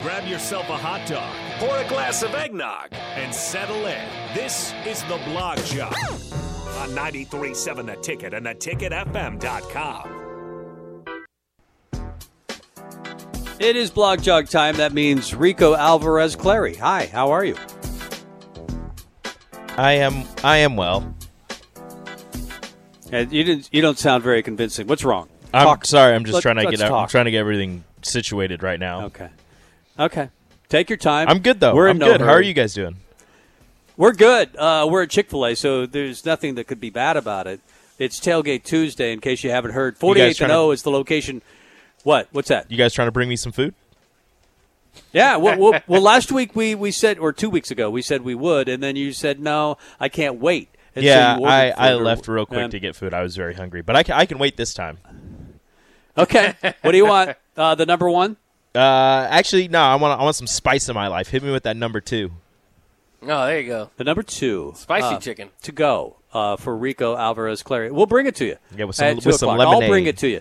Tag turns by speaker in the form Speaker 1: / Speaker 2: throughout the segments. Speaker 1: Grab yourself a hot dog, pour a glass of eggnog, and settle in. This is the Blog Job on 93.7 The Ticket and theticketfm.com.
Speaker 2: It is blog jog time. That means Rico Alvarez Clary. Hi, how are you?
Speaker 3: I am I am well.
Speaker 2: Uh, You didn't. You don't sound very convincing. What's wrong?
Speaker 3: I'm
Speaker 2: Talk.
Speaker 3: sorry. I'm just
Speaker 2: Let-
Speaker 3: trying to
Speaker 2: let's
Speaker 3: get out. I'm
Speaker 2: talk.
Speaker 3: trying to get everything situated right now.
Speaker 2: Okay. Okay. Take your time.
Speaker 3: I'm good though.
Speaker 2: We're
Speaker 3: I'm
Speaker 2: in no
Speaker 3: good. How are
Speaker 2: hurry.
Speaker 3: you guys doing?
Speaker 2: We're good. Uh, we're at Chick Fil A, so there's nothing that could be bad about it. It's Tailgate Tuesday. In case you haven't heard, 48th
Speaker 3: trying
Speaker 2: and
Speaker 3: to-
Speaker 2: 0 is the location. What? What's that?
Speaker 3: You guys trying to bring me some food?
Speaker 2: Yeah, well, well, well last week we, we said, or two weeks ago, we said we would, and then you said, no, I can't wait. And so
Speaker 3: yeah,
Speaker 2: you ordered
Speaker 3: I, I
Speaker 2: food or-
Speaker 3: left real quick
Speaker 2: um,
Speaker 3: to get food. I was very hungry, but I can, I can wait this time.
Speaker 2: Okay, what do you want? Uh, the number one?
Speaker 3: Uh, actually, no. I want I want some spice in my life. Hit me with that number two.
Speaker 4: Oh, there you go.
Speaker 2: The number two.
Speaker 4: Spicy
Speaker 2: uh,
Speaker 4: chicken.
Speaker 2: To go uh, for Rico Alvarez Clary. We'll bring it to you.
Speaker 3: Yeah, with some-
Speaker 2: at
Speaker 3: with
Speaker 2: 2
Speaker 3: some
Speaker 2: o'clock. I'll
Speaker 3: lemonade.
Speaker 2: bring it to you.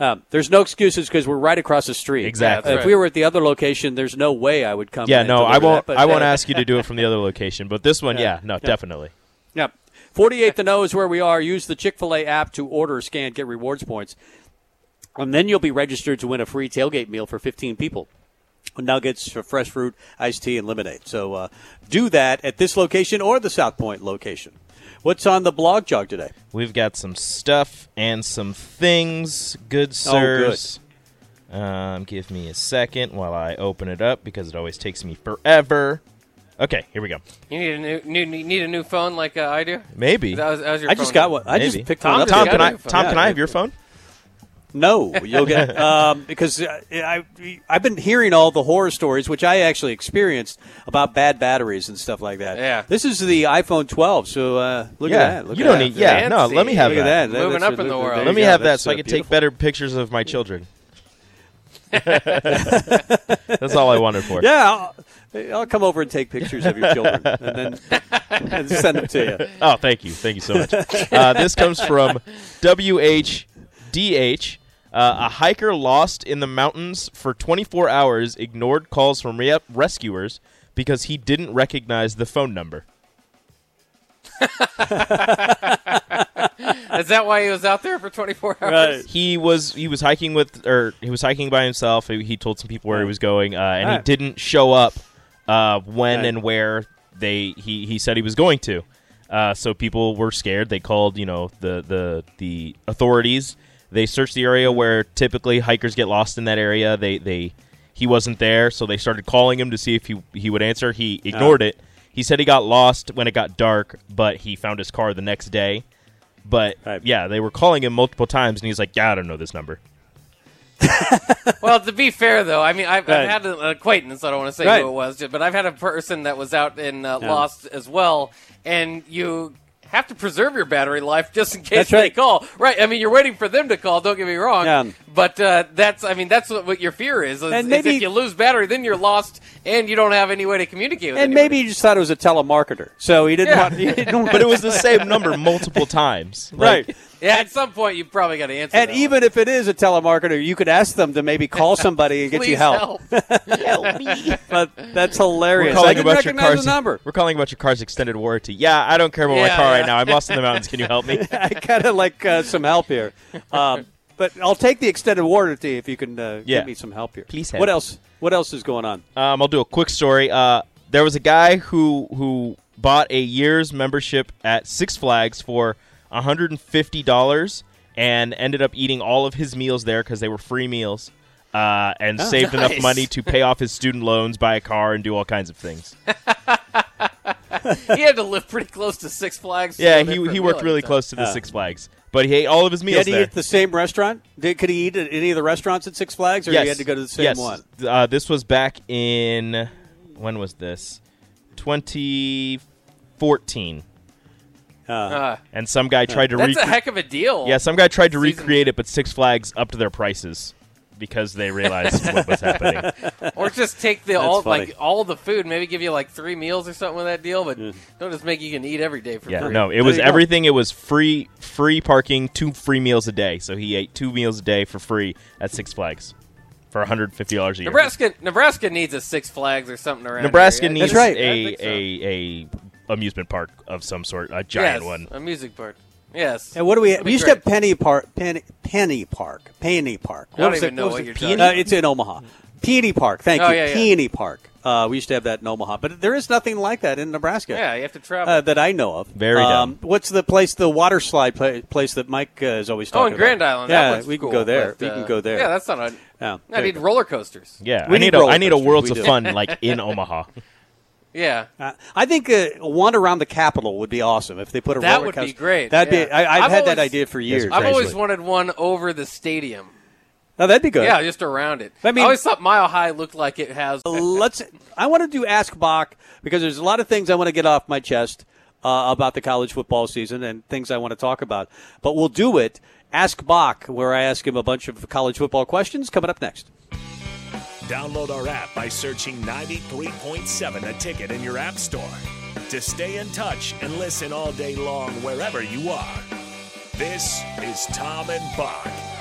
Speaker 2: Um, there's no excuses because we're right across the street.
Speaker 3: Exactly.
Speaker 2: Uh,
Speaker 4: That's
Speaker 2: If we
Speaker 4: right.
Speaker 2: were at the other location, there's no way I would come.
Speaker 3: Yeah,
Speaker 2: and
Speaker 3: no.
Speaker 2: deliver
Speaker 3: I won't
Speaker 2: That, but,
Speaker 3: I won't
Speaker 2: uh,
Speaker 3: ask you to do it from the other location, but this one, yeah, no, definitely.
Speaker 2: Yep. 48th and O is where we are. Use the Chick fil A app to order, scan, get rewards points. And then you'll be registered to win a free tailgate meal for 15 people. Nuggets, fresh fruit, iced tea, and lemonade. So uh, do that at this location or the South Point location. What's on the blog jog today?
Speaker 3: We've got some stuff and some things,
Speaker 2: Oh,
Speaker 3: good sirs. Um, give me a second while I open it up because it always takes me forever. Okay, here we go.
Speaker 4: You need a new, new you need a new phone like uh, I do.
Speaker 3: Maybe.
Speaker 4: That was, that was your
Speaker 2: I just
Speaker 4: phone.
Speaker 2: got one. I just
Speaker 3: Maybe.
Speaker 2: picked
Speaker 4: Tom
Speaker 2: one up.
Speaker 4: just
Speaker 3: Tom,
Speaker 4: Yeah,
Speaker 3: can
Speaker 4: I
Speaker 3: I?
Speaker 4: have a phone.
Speaker 3: Tom, can
Speaker 2: Yeah.
Speaker 3: I have your phone?
Speaker 2: No, you'll get um, because uh, I, I've been hearing all the horror stories, which I actually experienced about bad batteries and stuff like that.
Speaker 4: Yeah.
Speaker 2: this is the iPhone 12. So uh, look
Speaker 3: yeah,
Speaker 2: at that. Look
Speaker 3: you
Speaker 2: at
Speaker 3: don't
Speaker 2: that.
Speaker 3: need. Yeah, no.
Speaker 4: Fancy.
Speaker 3: Let me have
Speaker 2: Look at
Speaker 3: that.
Speaker 2: that. That-
Speaker 4: Moving
Speaker 2: that's-
Speaker 4: up in the
Speaker 2: there
Speaker 4: world.
Speaker 2: you
Speaker 3: Let me
Speaker 2: go.
Speaker 3: have that
Speaker 2: That's,
Speaker 3: so I
Speaker 2: uh,
Speaker 3: can take
Speaker 2: beautiful.
Speaker 3: better pictures of my children. That's all I wanted for.
Speaker 2: Yeah, I'll, I'll come over and take pictures of your children and then and send them to you.
Speaker 3: Oh, thank you. Thank you so much. Uh, this comes from WHDH. Uh, a hiker lost in the mountains for 24 hours ignored calls from re- rescuers because he didn't recognize the phone number.
Speaker 4: Is that why he was out there for 24 hours?
Speaker 2: Right.
Speaker 3: He was he was hiking with or he was hiking by himself. He, he told some people where he was going, uh, and he
Speaker 2: Alright.
Speaker 3: didn't show up uh, when
Speaker 2: Right.
Speaker 3: and where they he, he said he was going to. Uh, so people were scared. They called you know the the the authorities. They searched the area where typically hikers get lost in that area. They they he wasn't there, so they started calling him to see if he he would answer. He ignored
Speaker 2: Uh-huh.
Speaker 3: it. He said he got lost when it got dark, but he found his car the next day. But
Speaker 2: Right.
Speaker 3: yeah, they were calling him multiple times, and he's like, "Yeah, I don't know this number."
Speaker 4: Well, to be fair though, I mean I've,
Speaker 2: Right.
Speaker 4: I've had an acquaintance. I don't want to say
Speaker 2: Right.
Speaker 4: who it was, but I've had a person that was out and uh,
Speaker 2: Yeah.
Speaker 4: lost as well, and you. Have to preserve your battery life just in case
Speaker 2: That's right.
Speaker 4: they call. Right? I mean, you're waiting for them to call. Don't get me wrong.
Speaker 2: Yeah.
Speaker 4: But uh, that's, I mean, that's what, what your fear is. is,
Speaker 2: And
Speaker 4: is
Speaker 2: maybe-
Speaker 4: if you lose battery, then you're lost, and you don't have any way to communicate with
Speaker 2: And
Speaker 4: anybody.
Speaker 2: maybe you just thought it was a telemarketer, so he didn't
Speaker 4: Yeah.
Speaker 2: want. He didn't want
Speaker 3: But it was the same number multiple times. Like,
Speaker 2: right.
Speaker 4: Yeah, at some point you probably got to answer.
Speaker 2: And
Speaker 4: that one.
Speaker 2: even if it is a telemarketer, you could ask them to maybe call somebody and get
Speaker 4: Please
Speaker 2: you help. But that's hilarious.
Speaker 3: We're calling
Speaker 2: I didn't
Speaker 3: about your
Speaker 2: recognize
Speaker 3: car's
Speaker 2: the number.
Speaker 3: We're calling about your car's extended warranty. Yeah, I don't care about my
Speaker 4: Yeah,
Speaker 3: car right
Speaker 4: yeah.
Speaker 3: now. I'm lost in the mountains. Can you help me?
Speaker 2: I kind of like uh, some help here. Um, but I'll take the extended warranty if you can uh,
Speaker 3: Yeah.
Speaker 2: give me some help here.
Speaker 3: Please help.
Speaker 2: What else? What else is going on?
Speaker 3: Um, I'll do a quick story. Uh, there was a guy who who bought a year's membership at Six Flags for $150 and ended up eating all of his meals there because they were free meals. Uh,
Speaker 2: Oh,
Speaker 3: and saved enough
Speaker 4: nice.
Speaker 3: money to pay off his student loans, buy a car, and do all kinds of things.
Speaker 4: he had to live pretty close to Six Flags. to
Speaker 3: Yeah,
Speaker 4: go there
Speaker 3: he,
Speaker 4: for
Speaker 3: he
Speaker 4: a meal
Speaker 3: worked
Speaker 4: at
Speaker 3: really
Speaker 4: the time.
Speaker 3: close to the Six Flags, but he ate all of his
Speaker 2: He had
Speaker 3: meals
Speaker 2: to eat
Speaker 3: there.
Speaker 2: at the same restaurant? Did, could he eat at any of the restaurants at Six Flags, or he had to go to the same
Speaker 3: yes.
Speaker 2: one?
Speaker 3: Uh, this was back in when was this? 2014.
Speaker 4: Uh,
Speaker 3: And some guy tried to
Speaker 4: that's a
Speaker 3: recreate.
Speaker 4: heck of a deal.
Speaker 3: yeah, some guy tried to
Speaker 4: Season-
Speaker 3: recreate it, but Six Flags upped their prices because they realized what was happening.
Speaker 4: or just take the all
Speaker 2: funny.
Speaker 4: like all the food, maybe give you like three meals or something with that deal, but don't just make you can eat every day for
Speaker 3: Yeah,
Speaker 4: free.
Speaker 3: no, it was
Speaker 2: you go.
Speaker 3: everything. It was free, free parking, two free meals a day. So he ate two meals a day for free at Six Flags. for 150 dollars a year.
Speaker 4: Nebraska, Nebraska needs a Six Flags or something around.
Speaker 3: Nebraska
Speaker 4: here. I-
Speaker 3: needs
Speaker 2: That's right.
Speaker 4: I
Speaker 3: a,
Speaker 4: think so.
Speaker 3: a a amusement park of some sort, a giant
Speaker 4: yes,
Speaker 3: one.
Speaker 4: a music park. Yes.
Speaker 2: And what do we?
Speaker 4: That'd
Speaker 2: We
Speaker 4: be
Speaker 2: used to have
Speaker 4: great.
Speaker 2: Penny Park. Penny, Penny Park. Penny Park.
Speaker 4: I don't
Speaker 2: was
Speaker 4: even
Speaker 2: it-
Speaker 4: know
Speaker 2: was
Speaker 4: what
Speaker 2: it?
Speaker 4: you're
Speaker 2: Peony?
Speaker 4: talking
Speaker 2: Uh, it's in Omaha. Peony Park. Thank
Speaker 4: Oh,
Speaker 2: you.
Speaker 4: yeah, yeah.
Speaker 2: Peony Park. Uh, we used to have that in Omaha, but there is nothing like that in Nebraska.
Speaker 4: Yeah, you have to travel.
Speaker 2: Uh, that I know of. Um,
Speaker 3: Very dumb.
Speaker 2: What's the place? The water slide pla- place that Mike uh, is always
Speaker 4: oh,
Speaker 2: talking
Speaker 4: and Grand
Speaker 2: about?
Speaker 4: Island. that
Speaker 2: Yeah,
Speaker 4: one's
Speaker 2: we can
Speaker 4: cool,
Speaker 2: go there.
Speaker 4: but,
Speaker 2: we
Speaker 4: uh,
Speaker 2: can go there.
Speaker 4: Yeah, that's not. A,
Speaker 3: Oh,
Speaker 2: Yeah,
Speaker 4: I
Speaker 2: there you
Speaker 4: need
Speaker 2: go.
Speaker 4: roller coasters.
Speaker 3: Yeah,
Speaker 2: We
Speaker 3: I need
Speaker 2: need
Speaker 3: a
Speaker 2: roller
Speaker 3: I need a
Speaker 2: coasters.
Speaker 3: Worlds
Speaker 2: We
Speaker 3: of
Speaker 2: do.
Speaker 3: Fun like in Omaha.
Speaker 4: Yeah.
Speaker 2: Uh, I think uh, one around the Capitol would be awesome if they put a
Speaker 4: That
Speaker 2: roller
Speaker 4: would be
Speaker 2: coaster.
Speaker 4: great,
Speaker 2: That'd be.
Speaker 4: yeah.
Speaker 2: I, I've,
Speaker 4: I've
Speaker 2: had that
Speaker 4: always-
Speaker 2: idea for
Speaker 3: Yes,
Speaker 2: years.
Speaker 4: I've always
Speaker 2: actually.
Speaker 4: wanted one over the stadium.
Speaker 2: Now, that'd be good.
Speaker 4: Yeah, just around it.
Speaker 2: I
Speaker 4: I
Speaker 2: mean-
Speaker 4: always thought Mile High looked like it has.
Speaker 2: let's. I want to do Ask Bach because there's a lot of things I want to get off my chest uh, about the college football season and things I want to talk about. But we'll do it. Ask Bach, where I ask him a bunch of college football questions. Coming up next.
Speaker 1: Download our app by searching 93.7 a ticket in your app store to stay in touch and listen all day long wherever you are. This is Tom and Bach